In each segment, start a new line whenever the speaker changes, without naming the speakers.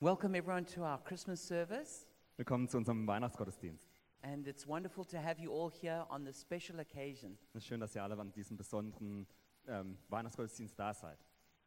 Welcome everyone to our Christmas service,
Willkommen zu unserem Weihnachtsgottesdienst.
and it's wonderful to have you all here on this special occasion.
Es ist schön, dass ihr alle an diesem besonderen ähm, Weihnachtsgottesdienst da seid.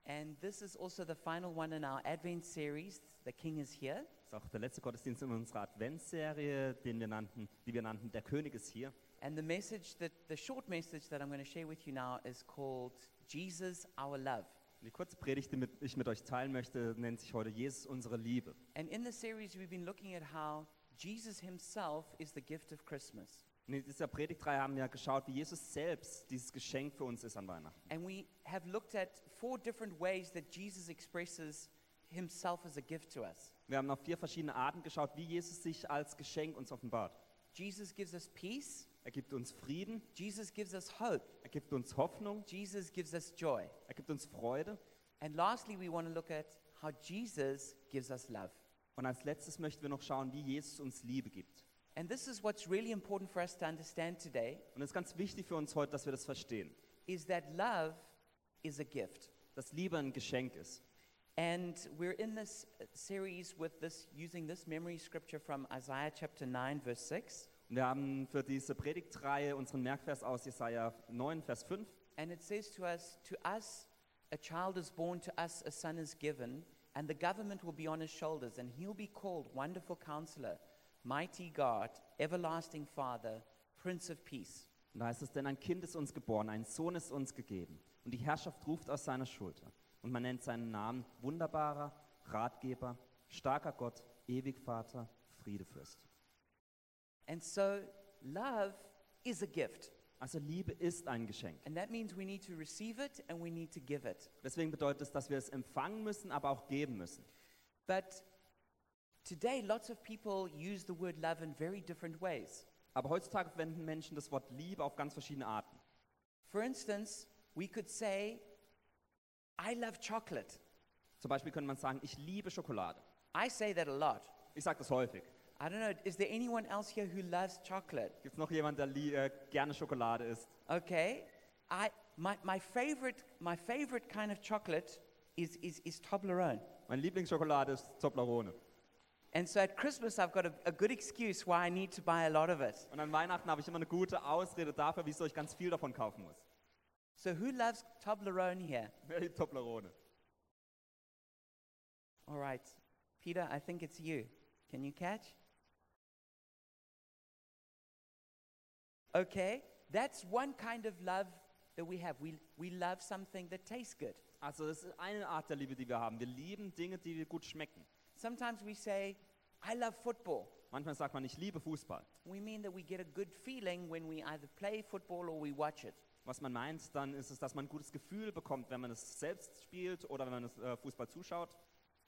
And this is also the final one in our Advent series, The King is Here.
Es ist auch der letzte Gottesdienst in unserer Adventsserie, den wir nannten, die wir nannten Der König ist hier.
And the message that the short message that I'm going to share with you now is called Jesus Our Love.
Und Die kurze Predigt, die mit- ich mit euch teilen möchte, nennt sich heute Jesus unsere Liebe.
And in the series we've been looking at how Jesus himself is the gift of Christmas.
Und in dieser Predigtreihe haben wir geschaut, wie Jesus selbst dieses Geschenk für uns ist an Weihnachten.
And we have looked at four different ways that Jesus expresses himself as a gift to us.
Wir haben auf vier verschiedene Arten geschaut, wie Jesus sich als Geschenk uns offenbart.
Jesus gives us peace,
Er gibt uns Frieden,
Jesus gives us hope,
er gibt uns Hoffnung,
Jesus gives us joy.
er gibt uns Freude.
And lastly, we want to look at how Jesus gives us love.
Und als letztes möchten wir noch schauen, wie Jesus uns Liebe gibt.
And this is what's really important for us to understand today
Und es ist ganz wichtig für uns heute, dass wir das verstehen,
is that love is a gift.
dass Liebe ein Geschenk ist.
And we're in this uh, series with this using this memory scripture from Isaiah chapter 9 verse 6.
Und wir haben für diese Predigtreihe unseren Merkvers aus Jesaja 9, Vers 5.
And it says to us, To us a child is born, to us a son is given, and the government will be on his shoulders, and he'll be called Wonderful Counselor, Mighty God, Everlasting Father, Prince of Peace.
Und da heißt es, denn ein Kind ist uns geboren, ein Sohn ist uns gegeben. Und die Herrschaft ruft aus seiner Schulter. Und man nennt seinen Namen wunderbarer, Ratgeber, starker Gott, Ewigvater, Friedefürst.
And so, love is a gift.
Also Liebe ist ein Geschenk.
And that means we need to receive it and we need to give it.
Deswegen bedeutet es, dass wir es empfangen müssen, aber auch geben müssen.
But today, lots of people use the word love in very different ways.
Aber heutzutage verwenden Menschen das Wort Liebe auf ganz verschiedene Arten.
For instance, we could say, I love chocolate.
Zum Beispiel könnte man sagen, ich liebe Schokolade.
I say that a lot.
Ich sage das häufig.
I don't know, is there anyone else here who loves chocolate?
Gibt es noch jemanden, der li- äh, gerne Schokolade isst?
Okay. I, my, my, favorite, my favorite kind of chocolate is, is, is Toblerone.
Meine Lieblingsschokolade ist Toblerone.
And so at Christmas, I've got a, a good excuse why I need to buy a lot of it.
Und an Weihnachten habe ich immer eine gute Ausrede dafür, wieso ich ganz viel davon kaufen muss.
So who loves Toblerone here?
Wer liebt Toblerone?
All right. Peter, I think it's you. Can you catch? Okay. That's one kind of love that we have. We, we love something that tastes good.
Also das ist eine Art der Liebe, die wir haben. Wir lieben Dinge, die gut schmecken.
Sometimes we say, I love football.
Manchmal sagt man, ich liebe Fußball.
We mean that we get a good feeling when we either play football or we watch it.
Was man meint, dann ist es, dass man ein gutes Gefühl bekommt, wenn man es selbst spielt oder wenn man es äh, Fußball zuschaut.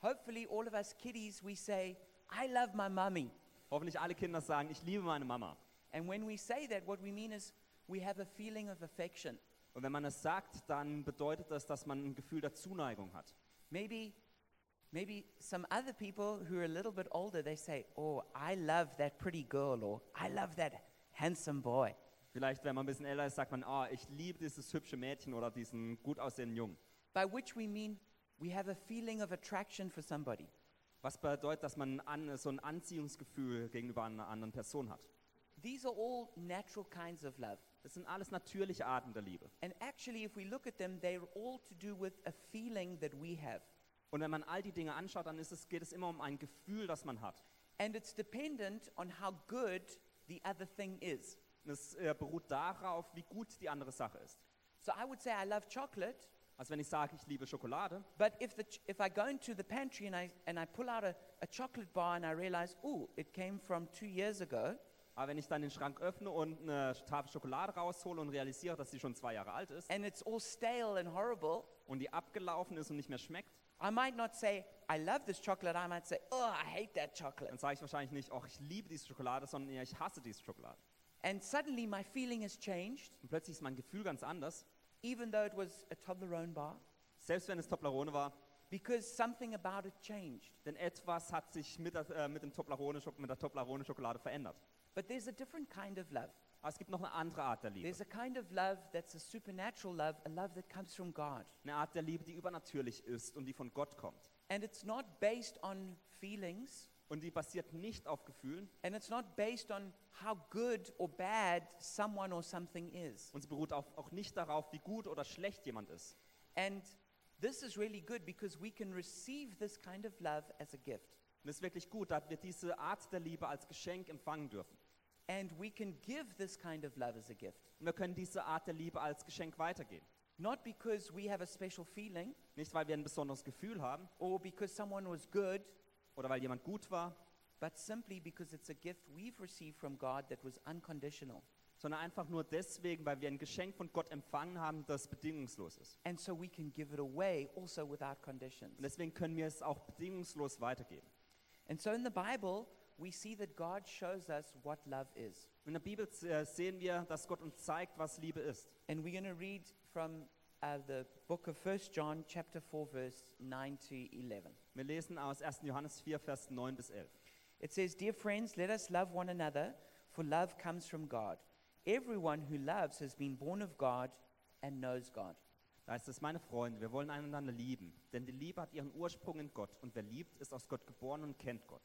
Hopefully, all of us kiddies, we say, I love my mummy.
Hoffentlich alle Kinder sagen, ich liebe meine Mama.
And when we say that, what we mean is we have a feeling of affection.
Und wenn man das sagt, dann bedeutet das, dass man ein Gefühl der Zuneigung hat.
Maybe, maybe some other people who are a little bit older, they say, Oh, I love that pretty girl, or I love that handsome boy.
Vielleicht, wenn man ein bisschen älter ist, sagt man, ah, ich liebe dieses hübsche Mädchen oder diesen gut aussehenden Jungen.
By which we mean we have a feeling of attraction for somebody.
Was bedeutet, dass man an, so ein Anziehungsgefühl gegenüber einer anderen Person hat.
These are all natural kinds of love.
Das sind alles natürliche Arten der Liebe.
And actually, if we look at them, they're all to do with a feeling that we have.
Und wenn man all die Dinge anschaut, dann ist es, geht es immer um ein Gefühl, das man hat.
And it's dependent on how good the other thing is.
Und es äh, beruht darauf, wie gut die andere Sache ist.
So I would say I love chocolate,
Also wenn ich sage, ich liebe Schokolade,
but if, the ch- if I go into the pantry and I, and I pull out a, a chocolate bar and I realize, ooh, it came from two years ago,
aber wenn ich dann den Schrank öffne und eine Tafel Schokolade raushole und realisiere, dass sie schon zwei Jahre alt ist
and it's all stale and horrible,
und die abgelaufen ist und nicht mehr schmeckt,
I might not say, I love this chocolate. I might say, oh, I hate that chocolate.
dann sage ich wahrscheinlich nicht, oh, ich liebe diese Schokolade, sondern eher, ich hasse diese Schokolade.
And suddenly my feeling has changed,
Und plötzlich ist mein Gefühl ganz anders,
even though it was a Toblerone bar,
selbst wenn es Toblerone war,
because something about it changed.
denn etwas hat sich mit, der- äh, mit, dem Toblerone, mit der Toblerone-Schokolade verändert.
But there's a different kind of love.
Aber es gibt noch eine andere Art der Liebe.
There's a kind of love that's a supernatural love, a love that comes from God.
Eine Art der Liebe, die übernatürlich ist und die von Gott kommt.
And it's not based on feelings,
Und die basiert nicht auf Gefühlen
and it's not based on how good or bad someone or something is.
und sie beruht auf, auch nicht darauf, wie gut oder schlecht jemand ist.
And this is really good because we can receive this kind of love as a gift.
Und es ist wirklich gut, dass wir diese Art der Liebe als Geschenk empfangen dürfen.
And we can give this kind of love as a gift.
Und wir können diese Art der Liebe als Geschenk weitergeben.
Not because we have a special feeling
Nicht, weil wir ein besonderes Gefühl haben
or because someone was good,
oder weil jemand gut war,
but simply because it's a gift we've received from God that was unconditional.
sondern einfach nur deswegen, weil wir ein Geschenk von Gott empfangen haben, das bedingungslos ist.
And so we can give it away also without conditions.
Und deswegen können wir es auch bedingungslos weitergeben.
And so in the Bible, we see that God shows us what love is.
In der Bibel äh, sehen wir, dass Gott uns zeigt, was Liebe ist.
And we're going to read from uh, the book of 1 John, chapter 4, verse 9 to 11.
Wir lesen aus 1. Johannes 4, Vers 9 bis 11.
It says, Dear friends, let us love one another, for love comes from God. Everyone who loves has been born of God and knows God.
Da heißt es, meine Freunde, wir wollen einander lieben, denn die Liebe hat ihren Ursprung in Gott und wer liebt, ist aus Gott geboren und kennt Gott.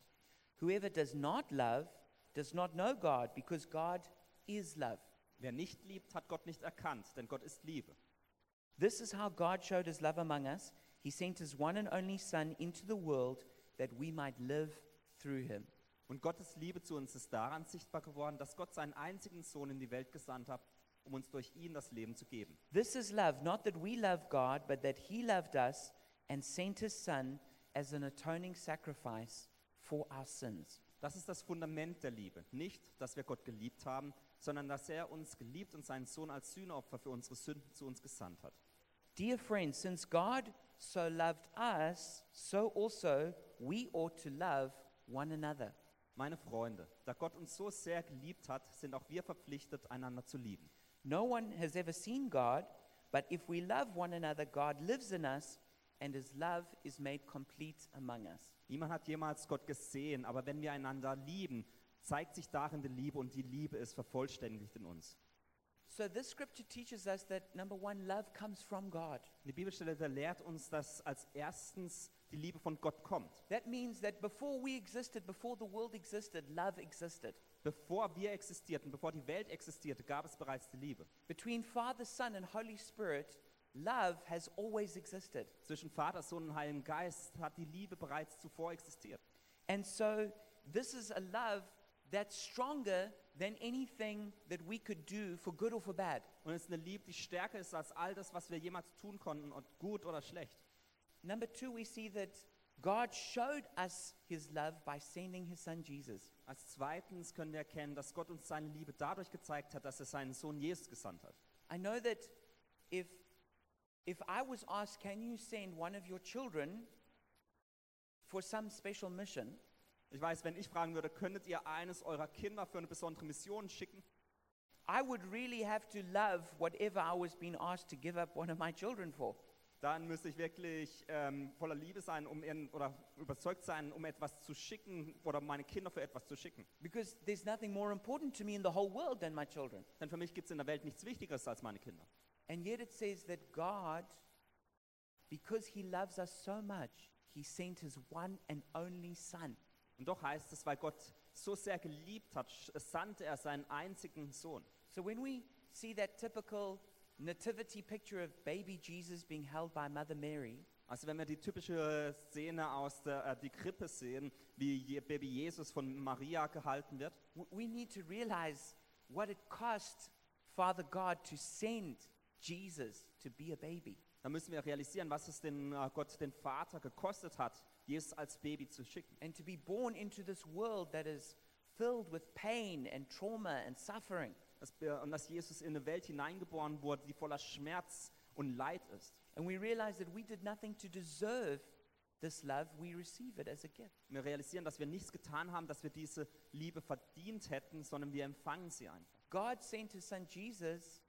Whoever does not love does not know God, because God is love.
Wer nicht liebt, hat Gott nicht erkannt, denn Gott ist Liebe.
This is how God showed his love among us. He sent his one and only Son into the world that we might live through him.
Und Gottes Liebe zu uns ist daran sichtbar geworden, dass Gott seinen einzigen Sohn in die Welt gesandt hat, um uns durch ihn das Leben zu geben.
This is love, not that we love God, but that He loved us and sent His Son as an atoning sacrifice for our sins.
Das ist das Fundament der Liebe. Nicht, dass wir Gott geliebt haben, sondern dass er uns geliebt und seinen Sohn als Sühneopfer für unsere Sünden zu uns gesandt hat.
Dear friends, since God so loved us, so also we ought to love one another.
Meine Freunde, da Gott uns so sehr geliebt hat, sind auch wir verpflichtet, einander zu lieben.
No one has ever seen God, but if we love one another, God lives in us, and His love is made complete among us.
Niemand hat jemals Gott gesehen, aber wenn wir einander lieben, zeigt sich darin die Liebe und die Liebe ist vervollständigt in uns.
So, this scripture teaches us that number one, love comes from God.
Die Bibelstelle da lehrt uns, dass als erstens die Liebe von Gott kommt.
That means that before we existed, before the world existed, love existed.
Bevor wir existierten, bevor die Welt existierte, gab es bereits die Liebe.
Between Father, Son, and Holy Spirit, love has always existed.
Zwischen Vater, Sohn und Heiligen Geist hat die Liebe bereits zuvor existiert.
And so this is a love that's stronger than anything that we could do for good or for bad.
Und es ist eine Liebe, die stärker ist als all das, was wir jemals tun konnten, ob gut oder schlecht.
Number two, we see that God showed us his love by sending his son Jesus.
Als zweitens können wir erkennen, dass Gott uns seine Liebe dadurch gezeigt hat, dass er seinen Sohn Jesus gesandt hat.
I know that if, if I was asked, can you send one of your children for some special mission?
Ich weiß, wenn ich fragen würde, könntet ihr eines eurer Kinder für eine besondere Mission schicken?
I would really have to love whatever I was being asked to give up one of my children for.
Dann müsste ich wirklich ähm, voller Liebe sein, um in, oder überzeugt sein, um etwas zu schicken oder meine Kinder für etwas zu schicken.
Because there's nothing more important to me in the whole world than my children.
Denn für mich gibt es in der Welt nichts Wichtigeres als meine Kinder.
And yet it says that God, because He loves us so much, He sent His one and only Son.
Und doch heißt es, weil Gott so sehr geliebt hat, sch- sandte er seinen einzigen Sohn.
So when we see that typical nativity picture of baby Jesus being held by Mother Mary,
Also wenn wir die typische Szene aus der äh, die Krippe sehen, wie Je Baby Jesus von Maria gehalten wird,
w- we need to realize what it cost Father God to send Jesus to be a baby.
dann müssen wir realisieren, was es den äh, Gott den Vater gekostet hat, Jesus als Baby zu schicken
and to be born into this world that is filled with pain and trauma and suffering.
dass, wir- und dass Jesus in eine Welt hineingeboren wurde, die voller Schmerz und Leid ist.
And we realize that we did nothing to deserve this love, we receive it as a gift.
Und wir realisieren, dass wir nichts getan haben, dass wir diese Liebe verdient hätten, sondern wir empfangen sie einfach.
God sent his son Jesus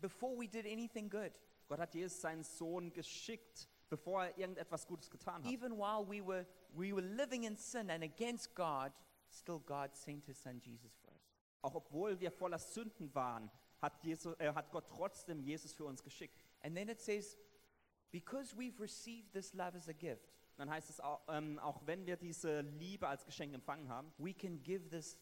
before we did anything good,
Gott hat Jesus seinen Sohn geschickt, bevor er irgendetwas Gutes getan hat.
even while we were, we were living in sin and against God. Still, God sent his son Jesus for us.
Auch obwohl wir voller Sünden waren, hat, Jesu, äh, hat Gott trotzdem Jesus für uns geschickt.
And then it says, because we've received this love as a gift,
Dann heißt es auch, ähm, auch wenn wir diese Liebe als Geschenk empfangen haben,
we can give this,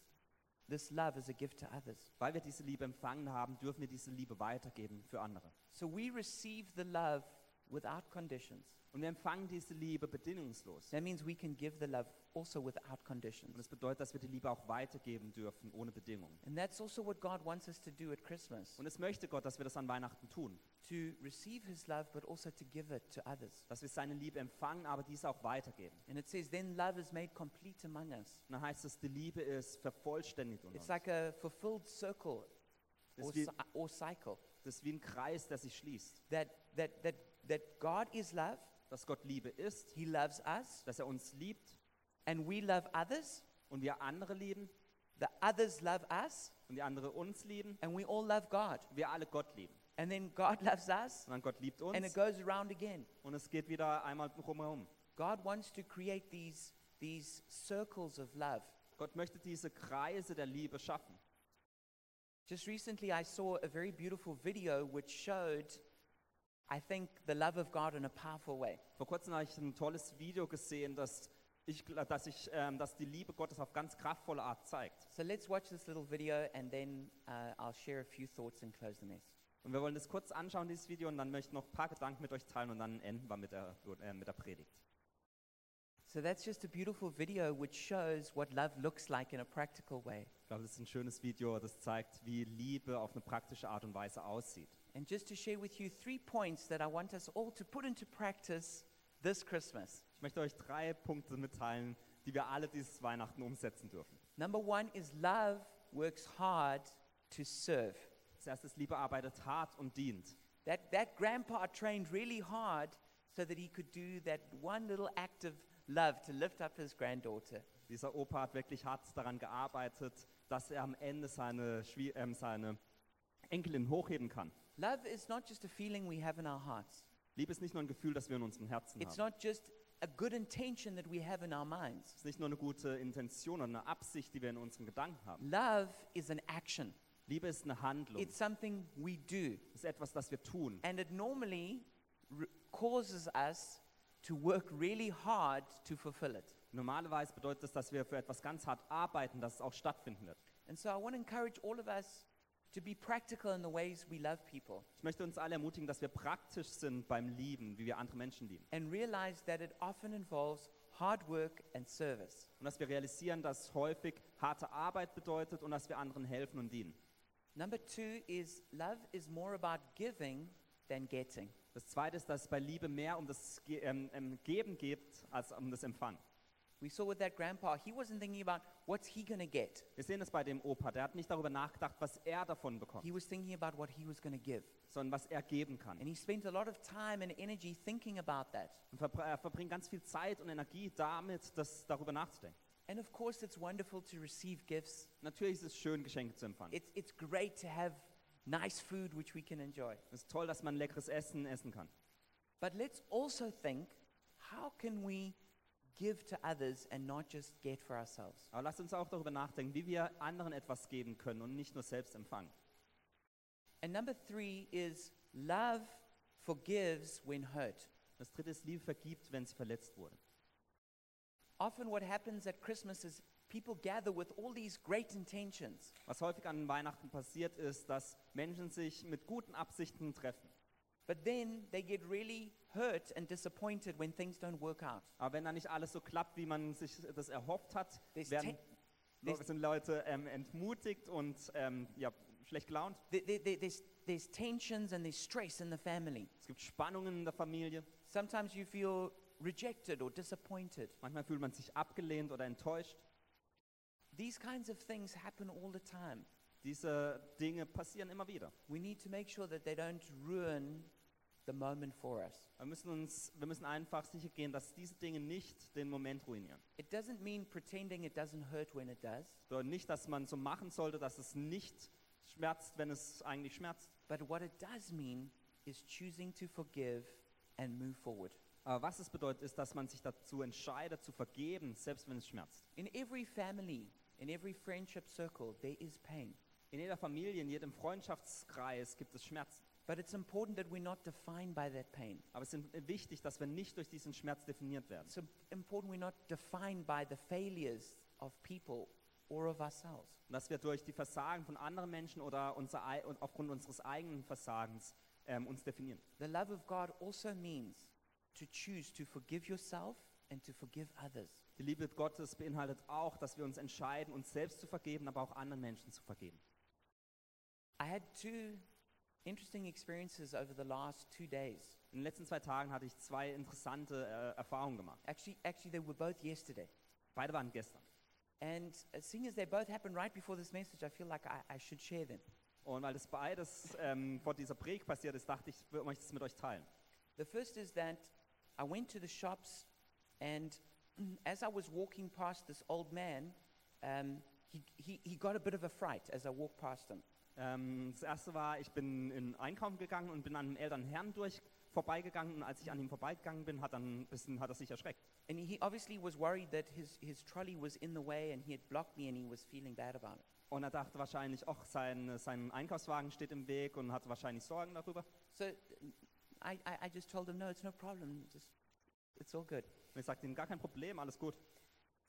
this love as a gift to others.
weil wir diese Liebe empfangen haben, dürfen wir diese Liebe weitergeben für andere.
So we receive the love without conditions.
Und wir empfangen diese Liebe bedingungslos.
That means we can give the love also without conditions.
Und das bedeutet, dass wir die Liebe auch weitergeben dürfen, ohne Bedingungen.
And that's also what God wants us to do at Christmas
Und es möchte Gott, dass wir das an Weihnachten tun,
to receive His love, but also to give it to others.
dass wir seine Liebe empfangen, aber diese auch weitergeben.
And it says, then love is made complete among us.
Und dann heißt es, die Liebe ist vervollständigt unter
It's
uns.
like a fulfilled circle
Das
or,
ist, wie,
ci- or cycle
das ist wie ein Kreis, der sich schließt.
that, that, that, that God is love,
Dass Gott Liebe ist,
He loves us,
dass er uns liebt
and we love others,
und wir andere lieben
the others love us,
und die andere uns lieben,
and we all love God.
wir alle Gott lieben.
And then God loves us,
Und dann Gott liebt
and it
uns
goes around again.
und es geht wieder einmal drumherum.
God wants to create these, these circles of love.
Gott möchte diese Kreise der Liebe schaffen.
Just recently, I saw a very beautiful video which showed, I think, the love of God in a powerful way.
Vor kurzem habe ich ein tolles Video gesehen, das ich, gl- dass, ich, ähm, dass die Liebe Gottes auf ganz kraftvolle Art zeigt.
So let's watch this little video, and then uh, I'll share a few thoughts and close the message.
Und wir wollen das kurz anschauen, dieses Video, und dann möchte ich noch ein paar Gedanken mit euch teilen und dann enden wir mit der, äh, mit der Predigt.
So that's just a beautiful video which shows what love looks like in a practical way.
Ich glaube, das ist ein schönes Video, das zeigt, wie Liebe auf eine praktische Art und Weise aussieht.
And just to share with you three points that I want us all to put into practice this Christmas.
Ich möchte euch drei Punkte mitteilen, die wir alle dieses Weihnachten umsetzen dürfen.
Number one is love works hard to serve.
Das erste ist, Liebe arbeitet hart und dient.
That, that grandpa trained really hard so that he could do that one little act of love to lift up his granddaughter.
Dieser Opa hat wirklich hart daran gearbeitet, dass er am Ende seine, Schwie- ähm, seine Enkelin hochheben kann.
Love is not just a feeling we have in our hearts,
Liebe ist nicht nur ein Gefühl, das wir in unseren Herzen
it's
haben.
not just a good intention that we have in our minds.
Es ist nicht nur eine gute Intention oder eine Absicht, die wir in unseren Gedanken haben.
Love is an action,
Liebe ist eine Handlung.
it's
Es
something we do,
ist etwas, das wir tun.
and it normally r- causes us to work really hard to fulfill it.
Normalerweise bedeutet das, dass wir für etwas ganz hart arbeiten, dass es auch stattfinden wird.
And so I want to encourage all of us to be practical in the ways we love people
Ich möchte uns alle ermutigen, dass wir praktisch sind beim Lieben, wie wir andere Menschen lieben.
and realize that it often involves hard work and service.
Und dass wir realisieren, dass häufig harte Arbeit bedeutet und dass wir anderen helfen und dienen.
Number two is love is more about giving than getting.
Das Zweite ist, dass es bei Liebe mehr um das Ge ähm, ähm, Geben geht, als um das Empfangen.
We saw with that grandpa, he wasn't thinking about what's he going to get.
Wir sehen es bei dem Opa, der hat nicht darüber nachgedacht, was er davon bekommt,
He was thinking about what he was going to give.
sondern was er geben kann.
And he spent a lot of time and energy thinking about that.
Und verbr- er verbringt ganz viel Zeit und Energie damit, das, darüber nachzudenken.
And of course, it's wonderful to receive gifts.
Natürlich ist es schön, Geschenke zu empfangen.
It's, it's great to have nice food which we can enjoy.
Es ist toll, dass man leckeres Essen essen kann.
But let's also think how can we give to others and not just get for ourselves?
Aber lasst uns auch darüber nachdenken, wie wir anderen etwas geben können und nicht nur selbst empfangen.
And number three is love forgives when hurt.
Das dritte ist, Liebe vergibt, wenn sie verletzt wurde.
Often, what happens at Christmas is people gather with all these great intentions,
Was häufig an Weihnachten passiert ist, dass Menschen sich mit guten Absichten treffen.
but then they get really hurt and disappointed when things don't work out.
Aber wenn dann nicht alles so klappt, wie man sich das erhofft hat,
There's te-
werden, Le-
there's-
sind Leute ähm, entmutigt und ähm, ja, schlecht gelaunt.
There- there- there- There's, there's tensions and there's stress in the family.
Es gibt Spannungen in der Familie.
Sometimes you feel rejected or disappointed.
Manchmal fühlt man sich abgelehnt oder enttäuscht.
These kinds of things happen all the time.
Diese Dinge passieren immer wieder.
We need to make sure that they don't ruin the moment for us.
Wir müssen, uns, wir müssen einfach sicher gehen, dass diese Dinge nicht den Moment ruinieren.
It doesn't mean pretending it doesn't hurt when it does,
Bedeutet nicht, dass man so machen sollte, dass es nicht schmerzt, wenn es eigentlich schmerzt.
but what it does mean is choosing to forgive and move forward.
Aber was es bedeutet, ist, dass man sich dazu entscheidet, zu vergeben, selbst wenn es schmerzt.
In every family, in every friendship circle, there is pain.
In jeder Familie, in jedem Freundschaftskreis gibt es Schmerzen.
But it's important that we're not defined by that pain.
Aber es ist wichtig, dass wir nicht durch diesen Schmerz definiert werden.
It's im- important we're not defined by the failures of people or of ourselves.
Und dass wir durch die Versagen von anderen Menschen oder unser, ei- und aufgrund unseres eigenen Versagens ähm, uns definieren.
The love of God also means to choose to forgive yourself and to forgive others.
Die Liebe Gottes beinhaltet auch, dass wir uns entscheiden, uns selbst zu vergeben, aber auch anderen Menschen zu vergeben.
I had two interesting experiences over the last two days.
In den letzten zwei Tagen hatte ich zwei interessante äh, Erfahrungen gemacht.
Actually, actually, they were both yesterday.
Beide waren gestern.
And uh, seeing as they both happened right before this message, I feel like I, I should share them.
Und weil das beides ähm, vor dieser Predigt passiert ist, dachte ich, ich möchte es mit euch teilen.
The first is that I went to the shops, and as I was walking past this old man, um, he, he, he got a bit of a fright as I walked past him.
Ähm, das erste war, ich bin in Einkaufen gegangen und bin an einem älteren Herrn durch vorbeigegangen. Und als ich an ihm vorbeigegangen bin, hat, dann ein bisschen, hat er sich erschreckt.
And he obviously was worried that his, his trolley was in the way and he had blocked me and he was feeling bad about it.
Und er dachte wahrscheinlich, ach, sein, sein Einkaufswagen steht im Weg und hatte wahrscheinlich Sorgen darüber.
So uh, I, I, I just told him, no, it's no problem. Just, it's all good.
Und ich sagte ihm, gar kein Problem, alles gut.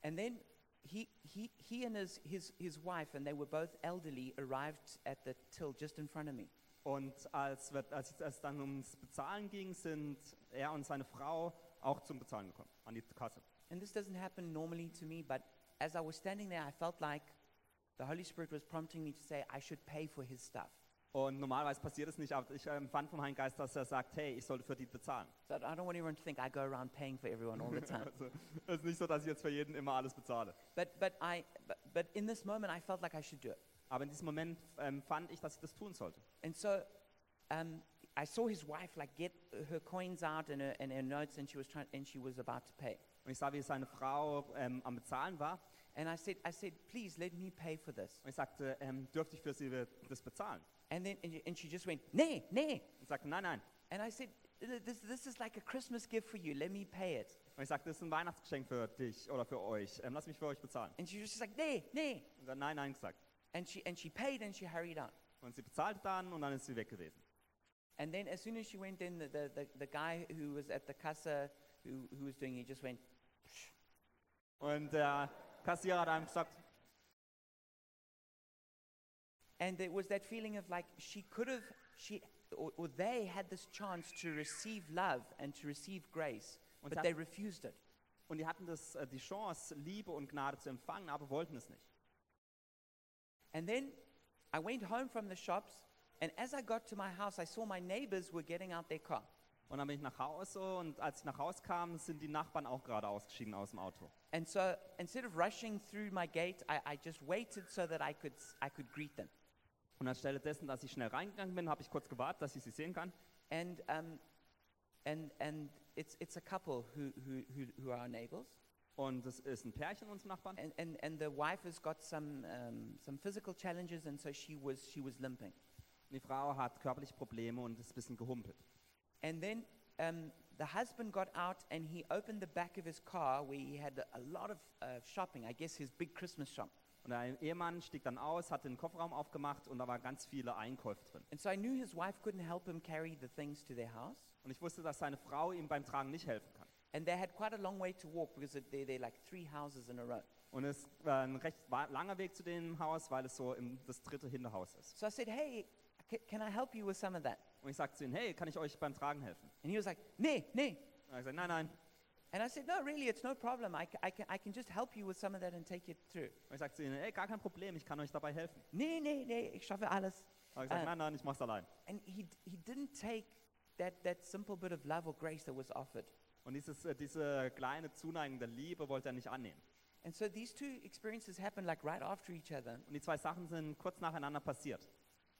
And then he, he, he and his, his, his wife, and they were both elderly, arrived at the till just in front of me.
Und als, wir, als es dann ums Bezahlen ging, sind er und seine Frau auch zum Bezahlen gekommen, an die Kasse.
And this doesn't happen normally to me, but as I was standing there, I felt like the Holy Spirit was prompting me to say, I should pay for his stuff.
Und normalerweise passiert es nicht, aber ich empfand vom Heiligen Geist, dass er sagt, hey, ich sollte für die bezahlen.
So I- I don't want everyone to think I go around paying for everyone all the time.
Also, es ist nicht so, dass ich jetzt für jeden immer alles bezahle.
but, but, I, but, but in this moment, I felt like I should do it.
Aber in diesem Moment ähm, fand ich, dass ich das tun sollte.
And so um, I saw his wife like get her coins out and her, and her notes, and she was trying, and she was about to pay.
Und ich sah, wie seine Frau ähm, am Bezahlen war.
And I said, I said, please let me pay for this.
Und ich sagte, ähm, dürfte ich für sie das bezahlen?
And then and, and she just went, nay, nay.
Und sagte, nein, nein.
And I said, this, this is like a Christmas gift for you. Let me pay it.
Und ich sagte, das ist ein Weihnachtsgeschenk für dich oder für euch. Ähm, lass mich für euch bezahlen.
And she was just like, nay, nay.
Und dann nein, nein gesagt.
And she, and she paid and she hurried on.
Und sie bezahlte dann und dann ist sie weg gewesen.
And then as soon as she went in, the, the, the, the guy who was at the cassa who, who was doing it just went,
Und der Kassierer hat einfach gesagt,
and there was that feeling of like she could have, she or, or they had this chance to receive love and to receive grace,
Und
but
hat-
they refused it.
und die hatten das, äh, die Chance, Liebe und Gnade zu empfangen, aber wollten es nicht.
And then I went home from the shops, and as I got to my house, I saw my neighbors were getting out their car.
Und dann bin ich nach Hause und als ich nach Hause kam, sind die Nachbarn auch gerade ausgeschieden aus dem Auto.
And so instead of rushing through my gate, I, I just waited so that I could, s- I could greet them.
Und anstelle dessen, dass ich schnell reingegangen bin, habe ich kurz gewartet, dass ich sie sehen kann.
And, um, and, and it's, it's a couple who, who, who, who are our neighbors.
Und es ist ein Pärchen, unsere Nachbarn.
And, and, and the wife has got some, um, some physical challenges, and so she was, she was limping.
Die Frau hat körperliche Probleme und ist ein bisschen gehumpelt.
And then um, the husband got out and he opened the back of his car where he had a lot of uh, shopping, I guess his big Christmas shop.
Und der Ehemann stieg dann aus, hat den Kofferraum aufgemacht und da waren ganz viele Einkäufe drin.
And so I knew his wife couldn't help him carry the things to their house.
Und ich wusste, dass seine Frau ihm beim Tragen nicht helfen kann.
And they had quite a long way to walk because it- they they're like three houses in a row.
Und es war ein recht wa- langer Weg zu dem Haus, weil es so im, das dritte Hinterhaus ist.
So I said, Hey, ca- can I help you with some of that?
Und ich sagte zu ihm, hey, kann ich euch beim Tragen helfen?
And he was like, Nay, nay.
Und er sagte, nein, nein.
And I said, No, really, it's no problem. I, ca- I, can, I can just help you with some of that and take it through.
Und ich sagte zu ihm, hey, gar kein Problem, ich kann euch dabei helfen.
Nee, nee, nee, ich schaffe alles.
Und er sagte,
Ah.
nein, nein, ich mach's allein.
And he, d- he didn't take that, that simple bit of love or grace that was offered.
Und dieses, äh, diese kleine Zuneigung der Liebe wollte er nicht annehmen.
And so these two experiences happened like right after each other.
Und die zwei Sachen sind kurz nacheinander passiert.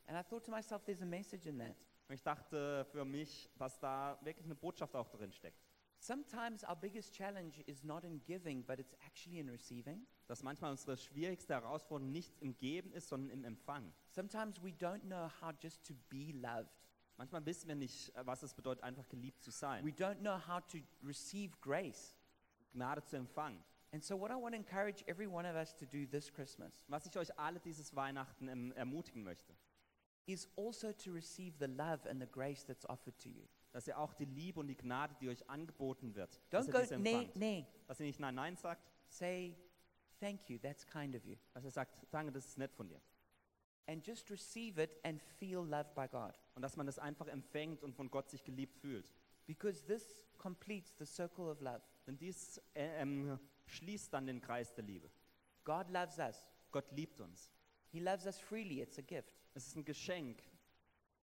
And I thought to myself, there's a message in that.
Und ich dachte für mich, dass da wirklich eine Botschaft auch drin steckt.
Sometimes our biggest challenge is not in giving, but it's actually in receiving.
Dass manchmal unsere schwierigste Herausforderung nicht im Geben ist, sondern im Empfangen.
Sometimes we don't know how just to be loved.
Manchmal wissen wir nicht, äh, was es bedeutet, einfach geliebt zu sein,
We don't know how to receive grace.
Gnade zu empfangen.
And so, what I want to encourage every one of us to do this Christmas
Was ich euch alle dieses Weihnachten ähm, ermutigen möchte,
is also to receive the love and the grace that's offered to you.
dass ihr auch die Liebe und die Gnade, die euch angeboten wird, dass
Don't
ihr
go,
diese
nay,
empfangt.
nay.
Dass ihr nicht Nein, Nein sagt,
Say, thank you, that's kind of you.
dass ihr sagt, danke, das ist nett von dir.
And just receive it and feel loved by God.
Und dass man das einfach empfängt und von Gott sich geliebt fühlt.
Because this completes the circle of love.
Denn dies äh, ähm, schließt dann den Kreis der Liebe.
God loves us,
Gott liebt uns.
He loves us freely, it's a gift.
Es ist ein Geschenk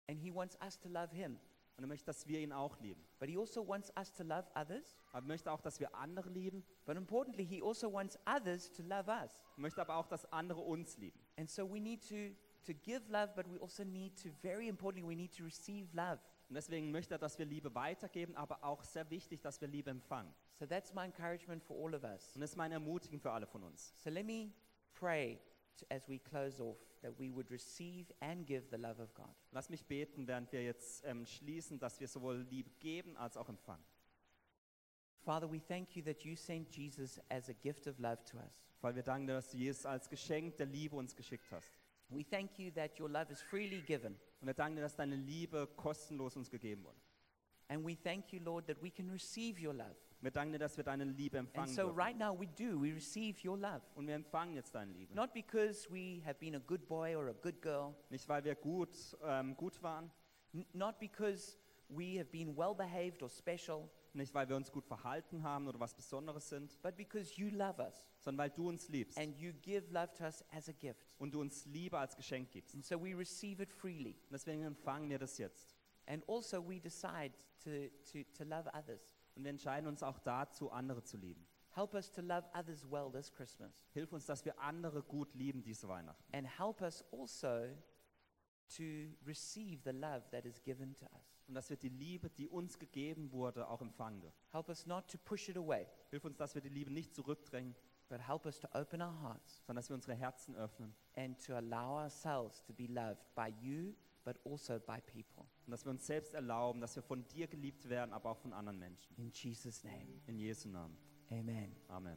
And He wants us to love Him.
und er möchte, dass wir ihn auch lieben.
But He also wants us to love others.
Aber er möchte auch, dass wir andere lieben,
But importantly, He also wants others to love us.
möchte aber auch, dass andere uns lieben.
And so we need to, to give love, but we also need to, very importantly, we need to receive love.
Und deswegen möchte er, dass wir Liebe weitergeben, aber auch sehr wichtig, dass wir Liebe empfangen.
So that's my encouragement for all of us.
Und das ist mein Ermutigen für alle von uns.
So let me pray to, as we close off that we would receive and give the love of God.
Lass mich beten, während wir jetzt ähm, schließen, dass wir sowohl Liebe geben als auch empfangen.
Father, we thank you that you sent Jesus as a gift of love to us.
Weil wir danken dir, dass du Jesus als Geschenk der Liebe uns geschickt hast.
We thank you that your love is freely given.
Und wir danken dir, dass deine Liebe kostenlos uns gegeben wurde.
And we thank you, Lord, that we can receive your love.
Wir danken dir, dass wir deine Liebe
And
empfangen
so
dürfen.
right now we do. We receive your love.
Und wir empfangen jetzt deine Liebe.
Not because we have been a good boy or a good girl,
Nicht, weil wir gut, ähm, gut waren,
n- not because we have been well behaved or special,
nicht, weil wir uns gut verhalten haben oder was Besonderes sind,
but because you love us
sondern weil du uns liebst
and you give love to us as a gift.
und du uns Liebe als Geschenk gibst.
And so we receive it freely.
Und deswegen empfangen wir das jetzt.
And also we decide to, to, to love others.
Und wir entscheiden uns auch dazu, andere zu lieben.
Help us to love others well this Christmas.
Hilf uns, dass wir andere gut lieben diese Weihnachten.
And help us also to receive the love that is given to us.
und dass wir die Liebe, die uns gegeben wurde, auch empfangen dürfen.
Help us not to push it away,
Hilf uns, dass wir die Liebe nicht zurückdrängen,
but help us to open our hearts
sondern dass wir unsere Herzen öffnen
and to allow ourselves to be loved by you, but also by people.
und dass wir uns selbst erlauben, dass wir von dir geliebt werden, aber auch von anderen Menschen.
In Jesus' name,
In Jesu Namen.
amen.
Amen.